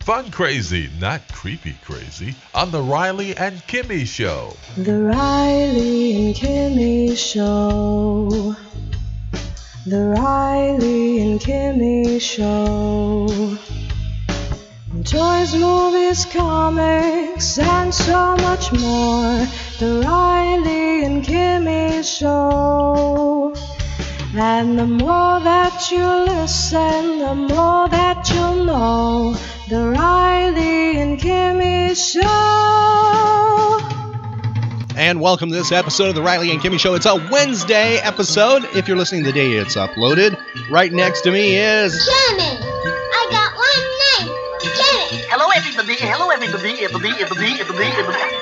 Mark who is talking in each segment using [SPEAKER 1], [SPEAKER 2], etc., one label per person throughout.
[SPEAKER 1] Fun crazy, not creepy crazy, on The Riley and Kimmy Show.
[SPEAKER 2] The Riley and Kimmy Show. The Riley and Kimmy Show. Toys, movies, comics, and so much more. The Riley and Kimmy Show. And the more that you listen, the more that you'll know. The Riley and Kimmy Show.
[SPEAKER 3] And welcome to this episode of the Riley and Kimmy Show. It's a Wednesday episode. If you're listening the day it's uploaded, right next to me is
[SPEAKER 4] Jimmy, I got one name. Jimmy.
[SPEAKER 5] Hello, everybody. Hello, everybody. Everybody, everybody, everybody, everybody.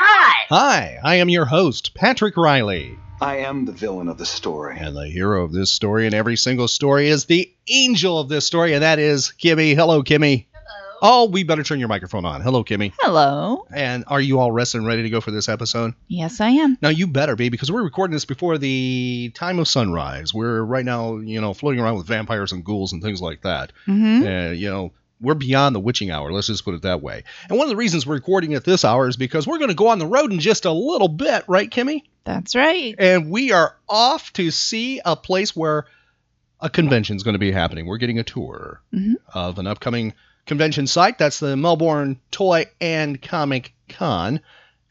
[SPEAKER 5] Hi.
[SPEAKER 3] Hi, I am your host, Patrick Riley.
[SPEAKER 6] I am the villain of the story.
[SPEAKER 3] And the hero of this story and every single story is the angel of this story, and that is Kimmy. Hello, Kimmy. Hello. Oh, we better turn your microphone on. Hello, Kimmy.
[SPEAKER 7] Hello.
[SPEAKER 3] And are you all rested and ready to go for this episode?
[SPEAKER 7] Yes, I am.
[SPEAKER 3] Now you better be because we're recording this before the time of sunrise. We're right now, you know, floating around with vampires and ghouls and things like that.
[SPEAKER 7] Mm-hmm.
[SPEAKER 3] Uh, you know, we're beyond the witching hour. Let's just put it that way. And one of the reasons we're recording at this hour is because we're going to go on the road in just a little bit, right, Kimmy?
[SPEAKER 7] That's right.
[SPEAKER 3] And we are off to see a place where a convention is going to be happening. We're getting a tour
[SPEAKER 7] Mhm.
[SPEAKER 3] of an upcoming convention site. That's the Melbourne Toy and Comic Con,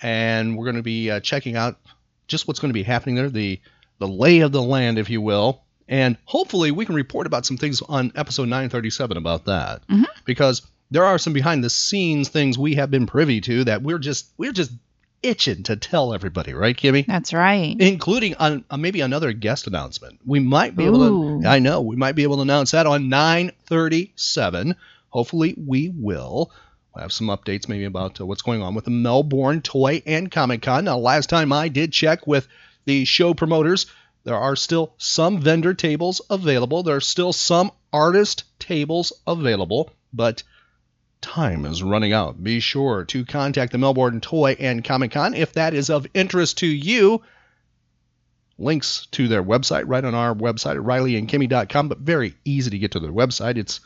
[SPEAKER 3] and we're going to be uh, checking out just what's going to be happening there, the the lay of the land, if you will. And hopefully, we can report about some things on episode 937 about that,
[SPEAKER 7] Mhm.
[SPEAKER 3] because there are some behind the scenes things we have been privy to that we're just we're just itching to tell everybody, right, Kimmy?
[SPEAKER 7] That's right.
[SPEAKER 3] including on uh, maybe another guest announcement. We might be able
[SPEAKER 7] Ooh.
[SPEAKER 3] to. I know we might be able to announce that on 9:37. Hopefully, we will. We'll have some updates maybe about uh, what's going on with the Melbourne Toy and Comic Con. Now, last time I did check with the show promoters, there are still some vendor tables available. There are still some artist tables available, but time is running out. Be sure to contact the Melbourne Toy and Comic Con if that is of interest to you links to their website right on our website at rileyandkimmy.com, but very easy to get to their website. It's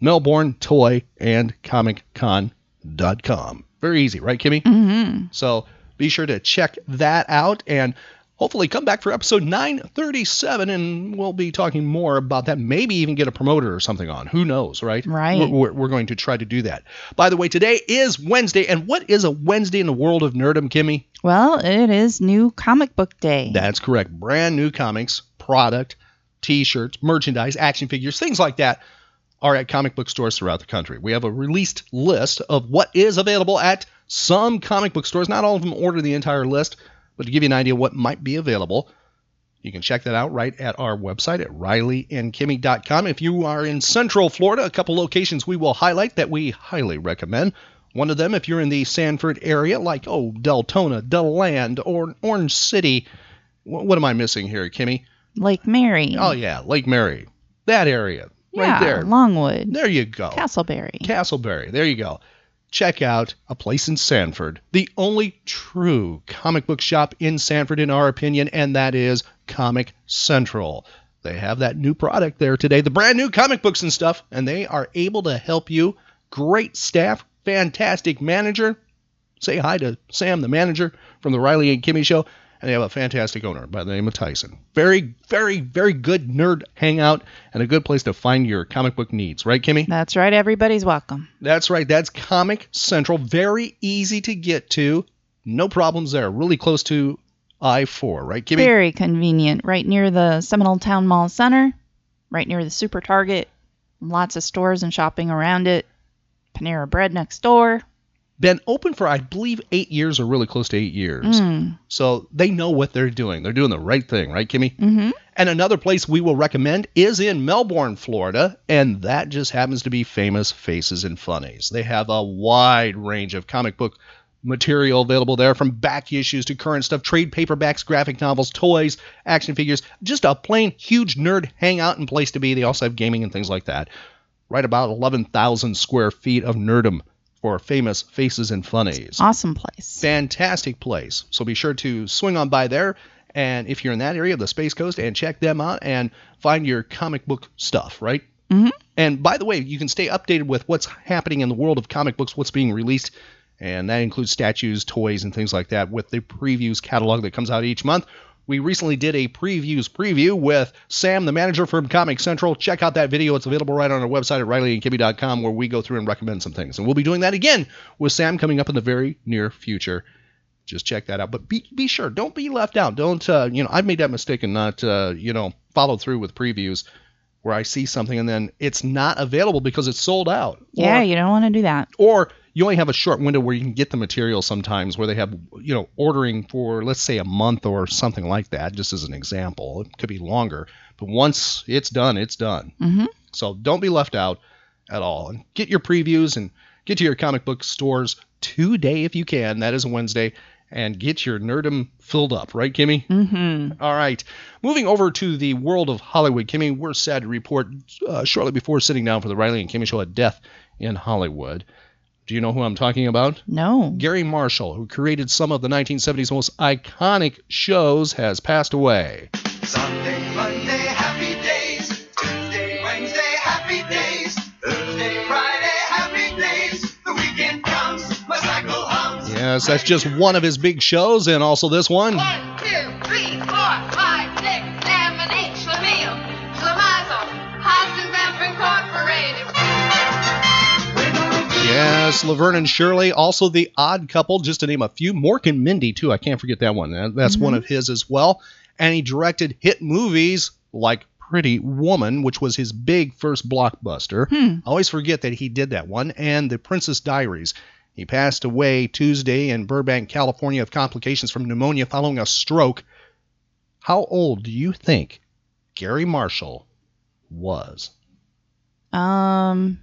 [SPEAKER 3] Melbourne Toy and Comic Con.com. Very easy, right, Kimmy?
[SPEAKER 7] Mm-hmm.
[SPEAKER 3] So be sure to check that out and hopefully come back for episode 937 and we'll be talking more about that. Maybe even get a promoter or something on. Who knows, right?
[SPEAKER 7] Right.
[SPEAKER 3] We're, we're, we're going to try to do that. By the way, today is Wednesday. And what is a Wednesday in the world of nerdom, Kimmy?
[SPEAKER 7] Well, it is new comic book day.
[SPEAKER 3] That's correct. Brand new comics, product, t shirts, merchandise, action figures, things like that are at comic book stores throughout the country. We have a released list of what is available at some comic book stores. Not all of them order the entire list, but to give you an idea of what might be available, you can check that out right at our website at rileyandkimmy.com. If you are in Central Florida, a couple locations we will highlight that we highly recommend. One of them, if you're in the Sanford area, like, oh, Deltona, Deland, or Orange City, Wh- what am I missing here, Kimmy?
[SPEAKER 7] Lake Mary.
[SPEAKER 3] Oh, yeah, Lake Mary. That area.
[SPEAKER 7] yeah.
[SPEAKER 3] right there.
[SPEAKER 7] Longwood.
[SPEAKER 3] There you go.
[SPEAKER 7] Castleberry.
[SPEAKER 3] Castleberry. There you go. Check out a place in Sanford, the only true comic book shop in Sanford, in our opinion, and that is Comic Central. They have that new product there today, the brand new comic books and stuff, and they are able to help you. Great staff, fantastic manager. Say hi to Sam, the manager from the Riley and Kimmy show, and they have a fantastic owner by the name of Tyson. Very, very, very good nerd hangout and a good place to find your comic book needs, right, Kimmy?
[SPEAKER 7] That's right. Everybody's welcome.
[SPEAKER 3] That's right. That's Comic Central. Very easy to get to. No problems there. Really close to I 4, right, Kimmy?
[SPEAKER 7] Very convenient. Right near the Seminole Town Mall Center, right near the Super Target. Lots of stores and shopping around it. Panera Bread next door.
[SPEAKER 3] been open for, I believe, eight years or really close to eight years.
[SPEAKER 7] Hmm.
[SPEAKER 3] So they know what they're doing. They're doing the right thing, right, Kimmy? Mm-hmm. And another place we will recommend is in Melbourne, Florida, and that just happens to be Famous Faces and Funnies. They have a wide range of comic book material available there from back issues to current stuff, trade paperbacks, graphic novels, toys, action figures, just a plain huge nerd hangout and place to be. They also have gaming and things like that. Right about 11,000 square feet of nerdum for famous faces and funnies.
[SPEAKER 7] Awesome place.
[SPEAKER 3] Fantastic place. So be sure to swing on by there. And if you're in that area of the Space Coast, and check them out and find your comic book stuff, right? Mm-hmm. And by the way, you can stay updated with what's happening in the world of comic books, what's being released, and that includes statues, toys, and things like that with the previews catalog that comes out each month. We recently did a previews preview with Sam, the manager from Comic Central. Check out that video. It's available right on our website at rileyandkibby.com where we go through and recommend some things. And we'll be doing that again with Sam coming up in the very near future. Just check that out. But be, be sure, don't be left out. Don't, uh, you know, I've made that mistake and not, uh, you know, followed through with previews where I see something and then it's not available because it's sold out.
[SPEAKER 7] Yeah,
[SPEAKER 3] Or-
[SPEAKER 7] you don't want to do that.
[SPEAKER 3] or you only have a short window where you can get the material sometimes where they have you know ordering for let's say a month or something like that just as an example it could be longer but once it's done it's done mm-hmm. so don't be left out at all and get your previews and get to your comic book stores today if you can that is a wednesday and get your nerdum filled up right kimmy all right. Moving over to the world of Hollywood, Kimmy, we're sad to report uh, shortly before sitting down for the Riley and Kimmy show a death in Hollywood. Do you know who I'm talking about?
[SPEAKER 7] No.
[SPEAKER 3] Gary Marshall, who created some of the 1970s most iconic shows, has passed away.
[SPEAKER 6] Sunday, Monday, happy days. Tuesday, Wednesday, happy days. Thursday, Friday, happy days. The weekend comes, my cycle hums.
[SPEAKER 3] Yes, that's just one of his big shows, and also this one.
[SPEAKER 4] One, two, three, four, five, six, seven, eight. Schlemiel, Schlemazel, Hudson Vamp Incorporated.
[SPEAKER 3] Yes, Laverne and Shirley, also the Odd Couple, just to name a few. Mork and Mindy too. I can't forget that one. That- That's one of his as well. And he directed hit movies like Pretty Woman, which was his big first blockbuster. I always forget that he did that one. And The Princess Diaries. He passed away Tuesday in Burbank, California, of complications from pneumonia following a stroke. How old do you think Gary Marshall was?
[SPEAKER 7] Um,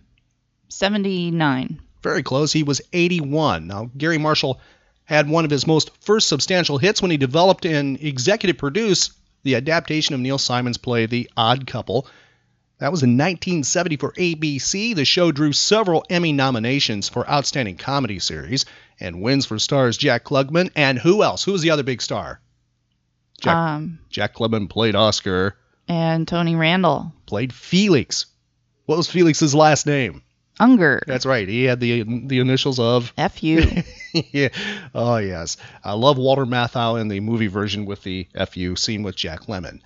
[SPEAKER 7] 79.
[SPEAKER 3] Very close. He was 81. Now, Gary Marshall had one of his most first substantial hits when he developed and executive produced the adaptation of Neil Simon's play The Odd Couple. That was in 1970 for ABC. The show drew several Emmy nominations for Outstanding Comedy Series and wins for stars Jack Klugman and who else? Who was the other big star? Jack,
[SPEAKER 7] Um,
[SPEAKER 3] Jack Klugman played Oscar,
[SPEAKER 7] and Tony Randall.
[SPEAKER 3] played Felix. What was Felix's last name?
[SPEAKER 7] Unger.
[SPEAKER 3] That's right. He had the the initials of
[SPEAKER 7] F you.
[SPEAKER 3] yeah. Oh yes, I love Walter Matthau in the movie version with the FU scene with Jack Lemmon.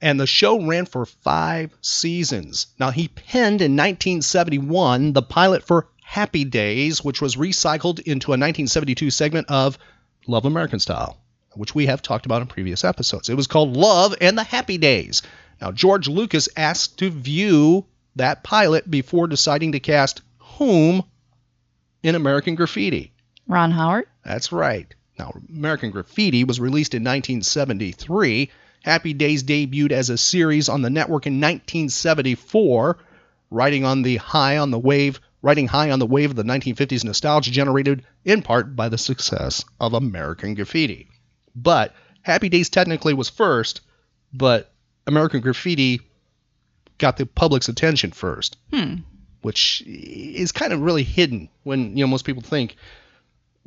[SPEAKER 3] And the show ran for five seasons. Now he penned in 1971 the pilot for Happy Days, which was recycled into a 1972 segment of Love American Style, which we have talked about in previous episodes. It was called Love and the Happy Days. Now George Lucas asked to view that pilot before deciding to cast whom in American Graffiti.
[SPEAKER 7] Ron Howard.
[SPEAKER 3] That's right. Now, American Graffiti was released in 1973. Happy Days debuted as a series on the network in 1974, riding on the high on the wave, riding high on the wave of the 1950s nostalgia generated in part by the success of American Graffiti. But Happy Days technically was first, but American Graffiti got the public's attention first,
[SPEAKER 7] Hmm.
[SPEAKER 3] which is kind of really hidden when you know most people think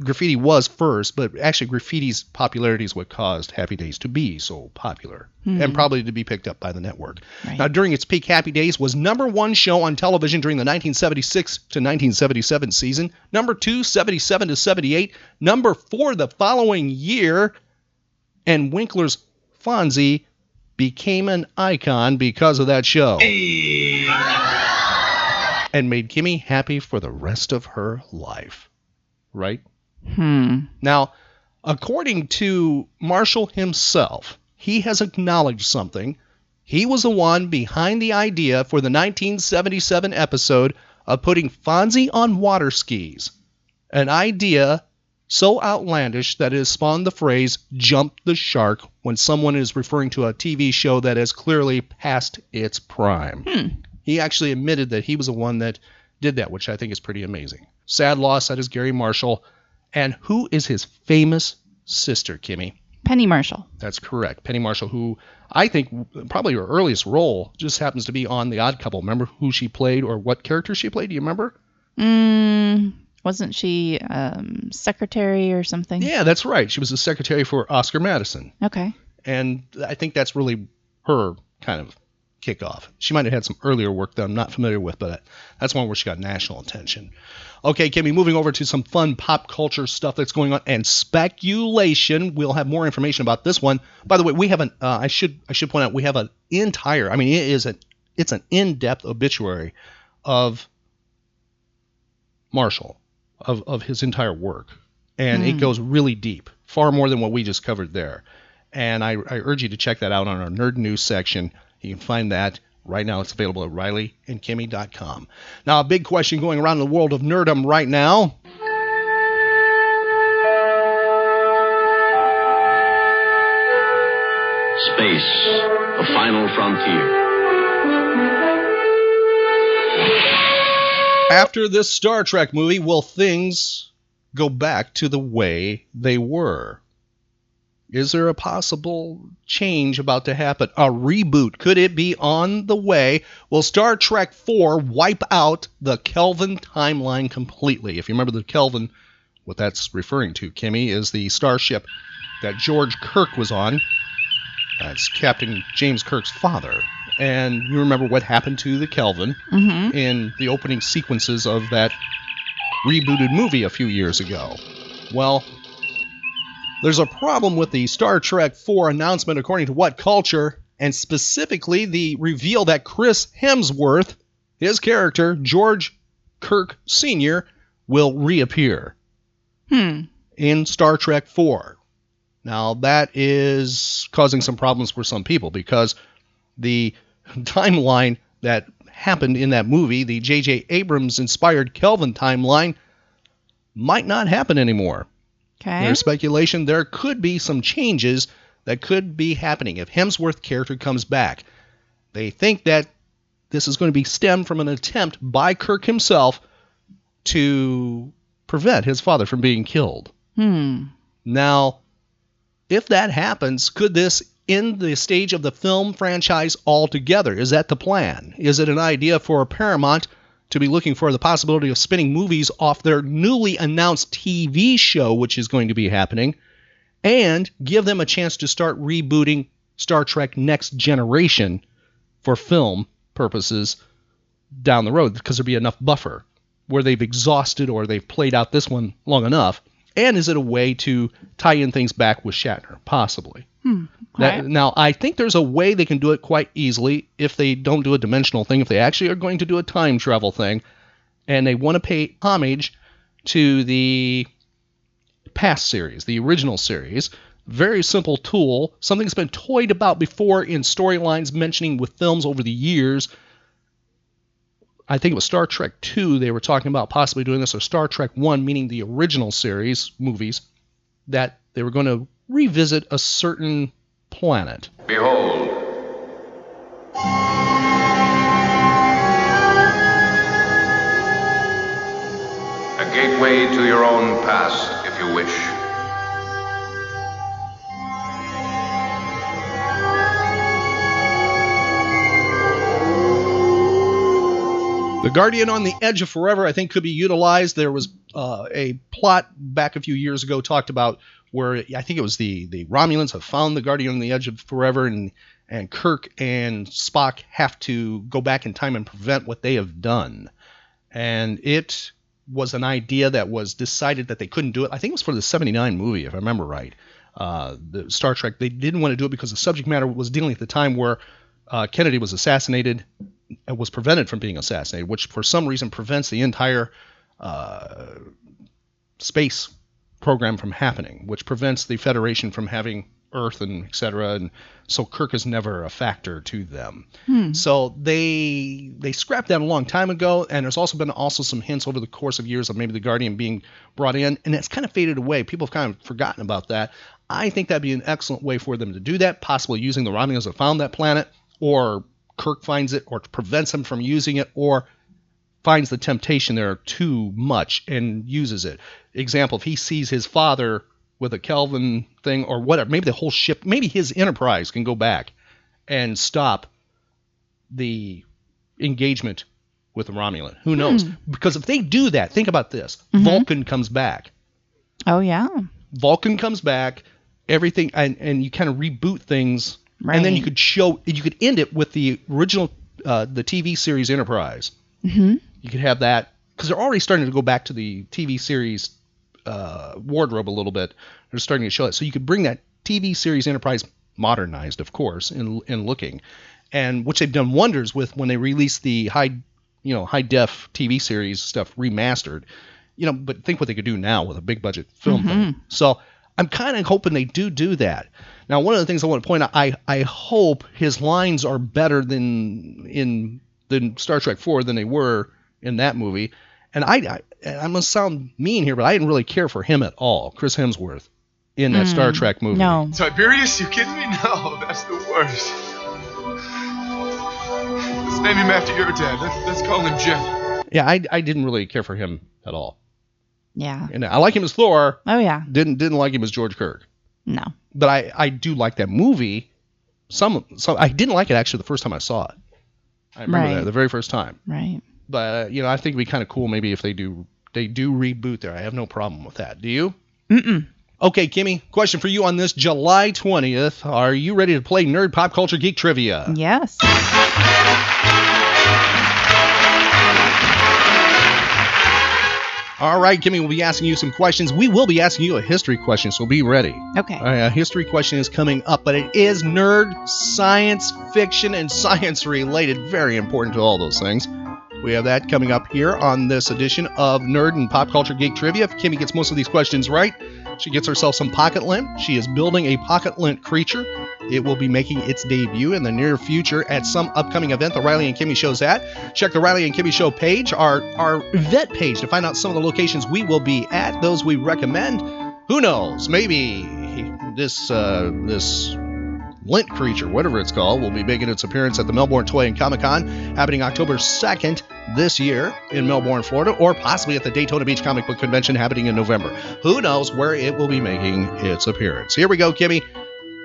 [SPEAKER 3] graffiti was first, but actually graffiti's popularity is what caused Happy Days to be so popular and probably to be picked up by the network. Now, during its peak, Happy Days was number one show on television during the 1976 to 1977 season, number two, 77 to 78, number four the following year, and Winkler's Fonzie became an icon because of that show. And made Kimmy happy for the rest of her life. Right? Now, according to Marshall himself, he has acknowledged something. He was the one behind the idea for the 1977 episode of putting Fonzie on water skis an idea so outlandish that it has spawned the phrase jump the shark when someone is referring to a TV show that has clearly passed its prime. He actually admitted that he was the one that did that, which I think is pretty amazing. Sad loss, that is Gary Marshall. And who is his famous sister, Kimmy?
[SPEAKER 7] Penny Marshall.
[SPEAKER 3] That's correct. Penny Marshall, who I think probably her earliest role just happens to be on The Odd Couple. Remember who she played or what character she played? Do you remember?
[SPEAKER 7] Mm, wasn't she um, secretary or something?
[SPEAKER 3] Yeah, that's right. She was the secretary for Oscar Madison.
[SPEAKER 7] Okay.
[SPEAKER 3] And I think that's really her kind of kickoff. She might have had some earlier work that I'm not familiar with, but that's one where she got national attention. Okay, Kimmy, moving over to some fun pop culture stuff that's going on and speculation. We'll have more information about this one. By the way, we have an uh, I should I should point out we have an entire I mean it is an it's an in-depth obituary of Marshall of of his entire work, and it goes really deep, far more than what we just covered there. And I, I urge you to check that out on our Nerd News section. You can find that right now. It's available at RileyandKimmy.com. Now, a big question going around the world of nerdum right now.
[SPEAKER 8] Space, the final frontier.
[SPEAKER 3] After this Star Trek movie, will things go back to the way they were? Is there a possible change about to happen? A reboot? Could it be on the way? Will Star Trek 4 wipe out the Kelvin timeline completely? If you remember the Kelvin, what that's referring to, Kimmy, is the starship that George Kirk was on. That's Captain James Kirk's father. And you remember what happened to the Kelvin in the opening sequences of that rebooted movie a few years ago. Well, there's a problem with the Star Trek 4 announcement, according to What Culture, and specifically the reveal that Chris Hemsworth, his character, George Kirk Sr., will reappear
[SPEAKER 7] Hmm.
[SPEAKER 3] in Star Trek 4. Now, that is causing some problems for some people because the timeline that happened in that movie, the J.J. Abrams inspired Kelvin timeline, might not happen anymore.
[SPEAKER 7] Okay.
[SPEAKER 3] There's speculation there could be some changes that could be happening if Hemsworth character comes back. They think that this is going to be stemmed from an attempt by Kirk himself to prevent his father from being killed. Hmm. Now, if that happens, could this end the stage of the film franchise altogether? Is that the plan? Is it an idea for Paramount to be looking for the possibility of spinning movies off their newly announced TV show, which is going to be happening, and give them a chance to start rebooting Star Trek Next Generation for film purposes down the road because there'd be enough buffer where they've exhausted or they've played out this one long enough. And is it a way to tie in things back with Shatner? Possibly.
[SPEAKER 6] Hmm.
[SPEAKER 3] That-
[SPEAKER 7] Right.
[SPEAKER 3] Now, I think there's a way they can do it quite easily if they don't do a dimensional thing, if they actually are going to do a time travel thing, and they want to pay homage to the past series, the original series. Very simple tool, something that's been toyed about before in storylines mentioning with films over the years. I think it was Star Trek 2 they were talking about possibly doing this, or Star Trek 1, meaning the original series movies, that they were going to revisit a certain planet.
[SPEAKER 8] Behold, a gateway to your own past, if you wish.
[SPEAKER 3] The Guardian on the Edge of Forever, I think, could be utilized. There was uh, a plot back a few years ago talked about where I think it was the the Romulans have found the Guardian on the Edge of Forever, and and Kirk and Spock have to go back in time and prevent what they have done. And it was an idea that was decided that they couldn't do it. I think it was for the '79 movie, if I remember right. Uh, the Star Trek, they didn't want to do it because the subject matter was dealing at the time where uh, Kennedy was assassinated and was prevented from being assassinated, which for some reason prevents the entire uh, space program from happening, which prevents the Federation from having Earth and etc. And so Kirk is never a factor to them.
[SPEAKER 7] Hmm.
[SPEAKER 3] So they they scrapped that a long time ago, and there's also been also some hints over the course of years of maybe the Guardian being brought in, and it's kind of faded away. People have kind of forgotten about that. I think that'd be an excellent way for them to do that, possibly using the Romulans that found that planet, or Kirk finds it, or prevents them from using it, or finds the temptation there too much and uses it. Example, if he sees his father with a Kelvin thing or whatever, maybe the whole ship, maybe his enterprise can go back and stop the engagement with the Romulan. Who knows?
[SPEAKER 7] Hmm.
[SPEAKER 3] Because if they do that, think about this
[SPEAKER 7] Mhm.
[SPEAKER 3] Vulcan comes back.
[SPEAKER 7] Oh yeah.
[SPEAKER 3] Vulcan comes back, everything, and, and you kind of reboot things, and then you
[SPEAKER 7] Right.
[SPEAKER 3] could show, you could end it with the original, uh, the TV series Enterprise.
[SPEAKER 7] Mhm.
[SPEAKER 3] You could have that because they're already starting to go back to the TV series uh, wardrobe a little bit. They're starting to show it, so you could bring that TV series Enterprise modernized, of course, in in looking, and which they've done wonders with when they released the high, you know, high def TV series stuff remastered. You know, but think what they could do now with a big budget film thing. So I'm kind of hoping they do do that. Now, one of the things I want to point out, I, I hope his lines are better than in than Star Trek Four than they were in that movie. And I, I and I'm gonna sound mean here, but I didn't really care for him at all, Chris Hemsworth, in that Star
[SPEAKER 9] Mm.
[SPEAKER 3] Trek movie.
[SPEAKER 7] No.
[SPEAKER 9] Tiberius, you kidding me? No, that's the worst. Let's name him after your dad. Let's, let's call him Jeff.
[SPEAKER 3] Yeah, I, I didn't really care for him at all.
[SPEAKER 7] Yeah.
[SPEAKER 3] And I like him as Thor.
[SPEAKER 7] Oh yeah.
[SPEAKER 3] Didn't didn't like him as George Kirk.
[SPEAKER 7] No.
[SPEAKER 3] But I, I do like that movie. Some some I didn't like it actually the first time I saw it. I remember
[SPEAKER 7] Right.
[SPEAKER 3] that the very first time.
[SPEAKER 7] Right.
[SPEAKER 3] But uh, you know I think it'd be kind of cool maybe if they do they do reboot there. I have no problem with that. Do you?
[SPEAKER 7] Mm-mm.
[SPEAKER 3] Okay, Kimmy, question for you on this July 20th. Are you ready to play Nerd Pop Culture Geek Trivia?
[SPEAKER 7] Yes.
[SPEAKER 3] All right, Kimmy, we'll be asking you some questions. We will be asking you a history question, so be ready.
[SPEAKER 7] Okay.
[SPEAKER 3] All right, a history question is coming up, but it is nerd science fiction and science related. Very important to all those things. We have that coming up here on this edition of Nerd and Pop Culture Geek Trivia. If Kimmy gets most of these questions right, she gets herself some pocket lint. She is building a pocket lint creature. It will be making its debut in the near future at some upcoming event the Riley and Kimmy Show's at. Check the Riley and Kimmy Show page, our, our event page, to find out some of the locations we will be at, those we recommend. Who knows? Maybe this uh, this lint creature, whatever it's called, will be making its appearance at the Melbourne Toy and Comic Con happening October 2nd this year in Melbourne, Florida, or possibly at the Daytona Beach Comic Book Convention happening in November. Who knows where it will be making its appearance? Here we go, Kimmy.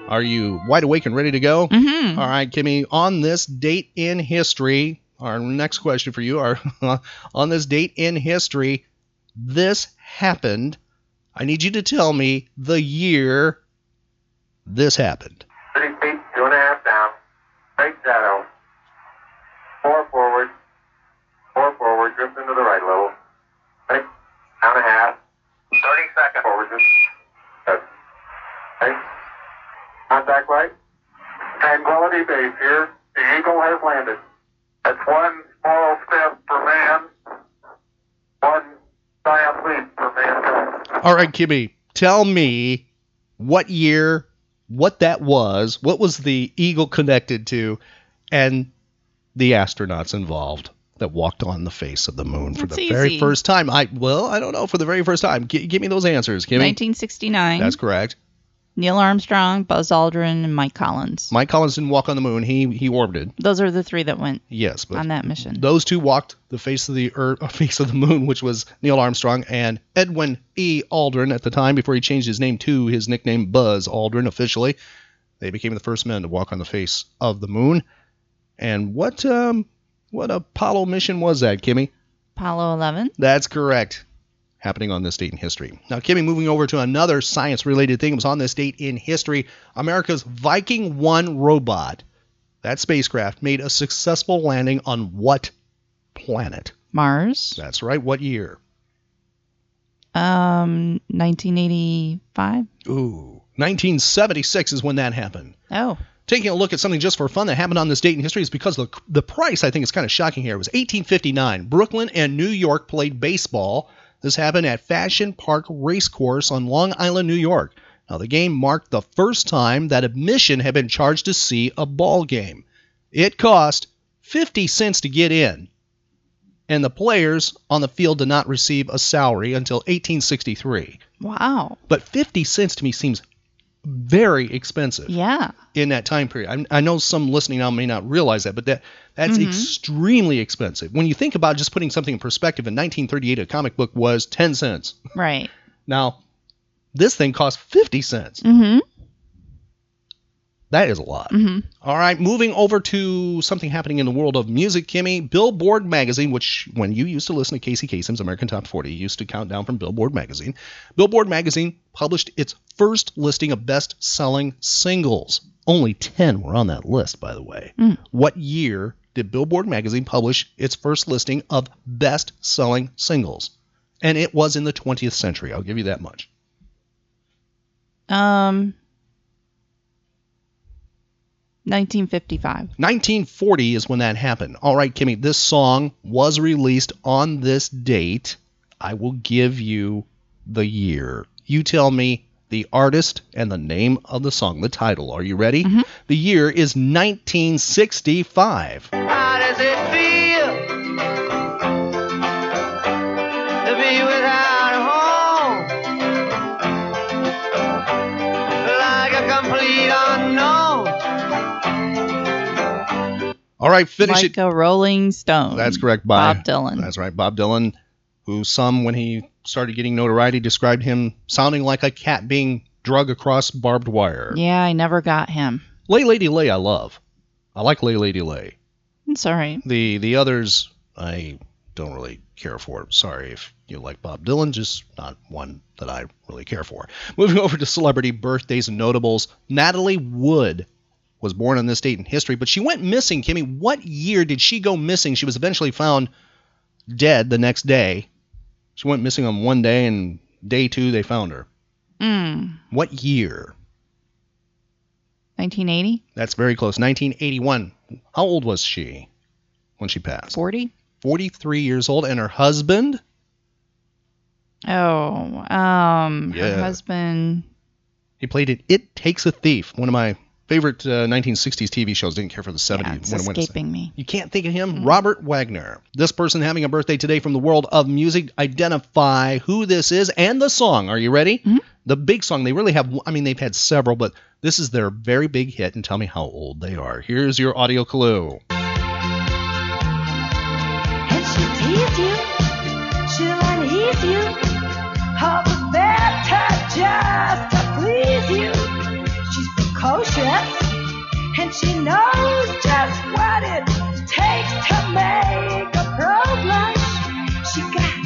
[SPEAKER 3] Are you wide awake and ready to go?
[SPEAKER 7] Mm-hmm.
[SPEAKER 3] All right, Kimmy, on this date in history, our next question for you are on this date in history, this happened. I need you to tell me the year this happened.
[SPEAKER 10] Thirty feet, two and a half down, straight shadow. Four forward, four forward, drift into the right level. Six, down a half. Thirty seconds. Forward, drift. Yes. Okay. Contact light. Tranquility base here. The Eagle has landed. That's one small step for man, one giant leap for mankind.
[SPEAKER 3] All right, Kimmy, tell me what year, what that was, what was the eagle connected to, and the astronauts involved that walked on the face of the moon for
[SPEAKER 7] That's
[SPEAKER 3] the very
[SPEAKER 7] easy.
[SPEAKER 3] first time. I well, I don't know for the very first time. G- give me those answers, Kimmy.
[SPEAKER 7] 1969.
[SPEAKER 3] That's correct.
[SPEAKER 7] Neil Armstrong, Buzz Aldrin, and Mike Collins.
[SPEAKER 3] Mike Collins didn't walk on the moon. He he orbited.
[SPEAKER 7] Those are the three that went
[SPEAKER 3] Yes, but
[SPEAKER 7] on that mission.
[SPEAKER 3] those two walked the face of the earth, face of the moon, which was Neil Armstrong and Edwin E. Aldrin at the time before he changed his name to his nickname Buzz Aldrin officially. They became the first men to walk on the face of the moon. And what um what Apollo mission was that, Kimmy?
[SPEAKER 7] Apollo 11.
[SPEAKER 3] That's correct. Happening on this date in history. Now, Kimmy, moving over to another science related thing. It was on this date in history. America's Viking 1 robot, that spacecraft, made a successful landing on what planet?
[SPEAKER 7] Mars.
[SPEAKER 3] That's right. What year?
[SPEAKER 7] Um, 1985.
[SPEAKER 3] Ooh, 1976 is when that happened.
[SPEAKER 7] Oh,
[SPEAKER 3] Taking a look at something just for fun that happened on this date in history is because the the price I think is kind of shocking here. It was 1859. Brooklyn and New York played baseball. This happened at Fashion Park Racecourse on Long Island, New York. Now, the game marked the first time that admission had been charged to see a ball game. It cost 50 cents to get in, and the players on the field did not receive a salary until 1863.
[SPEAKER 7] Wow.
[SPEAKER 3] But 50 cents to me seems very expensive
[SPEAKER 7] Yeah.
[SPEAKER 3] in that time period. I, I know some listening now may not realize that, but that that's
[SPEAKER 7] Mhm.
[SPEAKER 3] extremely expensive. When you think about just putting something in perspective, in 1938 a comic book was 10 cents.
[SPEAKER 7] Right.
[SPEAKER 3] Now, this thing cost 50 cents.
[SPEAKER 7] Mm
[SPEAKER 3] That is a lot.
[SPEAKER 7] hmm. Mm
[SPEAKER 3] All right, moving over to something happening in the world of music, Kimmy. Billboard magazine, which when you used to listen to Casey Kasem's American Top 40, you used to count down from Billboard magazine. Billboard magazine published its first listing of best-selling singles. Only 10 were on that list, by the way.
[SPEAKER 7] hmm. Mm.
[SPEAKER 3] What year did Billboard magazine publish its first listing of best-selling singles? And it was in the 20th century. I'll give you that much.
[SPEAKER 7] Um, 1955.
[SPEAKER 3] 1940 is when that happened. All right, Kimmy, this song was released on this date. I will give you the year. You tell me the artist and the name of the song, the title. Are you ready?
[SPEAKER 7] Mm-hmm.
[SPEAKER 3] The year is 1965.
[SPEAKER 6] How does it feel to be without a home? Like a complete unknown.
[SPEAKER 3] All right, finish
[SPEAKER 7] like
[SPEAKER 3] it.
[SPEAKER 7] a Rolling Stone.
[SPEAKER 3] That's correct, by
[SPEAKER 7] Bob Dylan.
[SPEAKER 3] That's right, Bob Dylan, who some, when he started getting notoriety, described him sounding like a cat being drug across barbed wire.
[SPEAKER 7] Yeah, I never got him.
[SPEAKER 3] Lay Lady Lay, I love. I like Lay Lady Lay.
[SPEAKER 7] It's all right.
[SPEAKER 3] The the others I don't really care for. Sorry if you like Bob Dylan, just not one that I really care for. Moving over to celebrity birthdays and notables, Natalie Wood was born on this date in history, but she went missing. Kimmy, what year did she go missing? She was eventually found dead the next day. She went missing on one day, and day two they found her.
[SPEAKER 7] Mm.
[SPEAKER 3] What year?
[SPEAKER 7] 1980?
[SPEAKER 3] That's very close. 1981. How old was she when she passed?
[SPEAKER 7] 40?
[SPEAKER 3] 43 years old, and her husband
[SPEAKER 7] Oh, um,
[SPEAKER 3] Yeah.
[SPEAKER 7] her husband.
[SPEAKER 3] He played it. It Takes a Thief, one of my favorite uh, 1960s TV shows. Didn't care for the 70s.
[SPEAKER 7] Yeah, it's
[SPEAKER 3] when it went to-
[SPEAKER 7] escaping me. Mm-hmm.
[SPEAKER 3] You can't think of him. Robert Wagner. This person having a birthday today from the world of music. Identify who this is and the song. Are you ready?
[SPEAKER 7] Mm-hmm.
[SPEAKER 3] The big song. They really have. I mean, they've had several, but this is their very big hit. And tell me how old they are. Here's your audio clue.
[SPEAKER 6] And she'll tease you, she'll unease you, all the better just to please you. She's precocious, and she knows just what it takes to make a pro blush. She got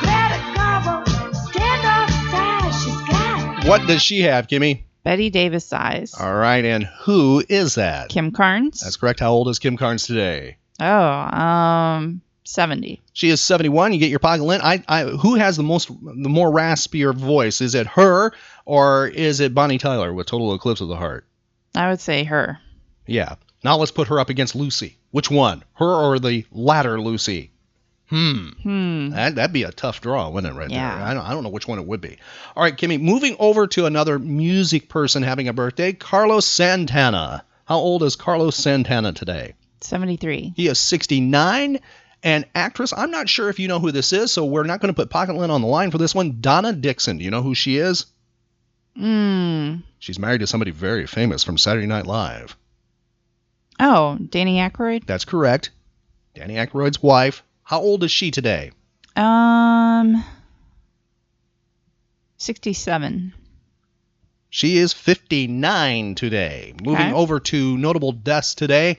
[SPEAKER 6] Greta Garbo, standoff size. She's got
[SPEAKER 3] What does she have, Kimmy?
[SPEAKER 7] Betty Davis size.
[SPEAKER 3] All right, and who is that?
[SPEAKER 7] Kim Carnes?
[SPEAKER 3] That's correct. How old is Kim Carnes today?
[SPEAKER 7] oh, um, 70.
[SPEAKER 3] She is 71. You get your pocket lint. I, I, who has the most, the more raspier voice? Is it her or is it Bonnie Tyler with Total Eclipse of the Heart?
[SPEAKER 7] I would say her.
[SPEAKER 3] Yeah. Now let's put her up against Lucy. Which one, her or the latter Lucy? Hmm.
[SPEAKER 7] Hmm.
[SPEAKER 3] That, that'd be a tough draw, wouldn't it, right there?
[SPEAKER 7] Yeah.
[SPEAKER 3] I don't, I don't know which one it would be. All right, Kimmy, moving over to another music person having a birthday, Carlos Santana. How old is Carlos Santana today?
[SPEAKER 7] 73.
[SPEAKER 3] He is 69. And actress, I'm not sure if you know who this is, so we're not going to put Pocket Lint on the line for this one. Donna Dixon. Do you know who she is?
[SPEAKER 7] Mm.
[SPEAKER 3] She's married to somebody very famous from Saturday Night Live.
[SPEAKER 7] Oh, Danny Aykroyd?
[SPEAKER 3] That's correct. Danny Aykroyd's wife. How old is she today?
[SPEAKER 7] Um, 67.
[SPEAKER 3] She is 59 today. Moving
[SPEAKER 7] Okay.
[SPEAKER 3] over to notable deaths today.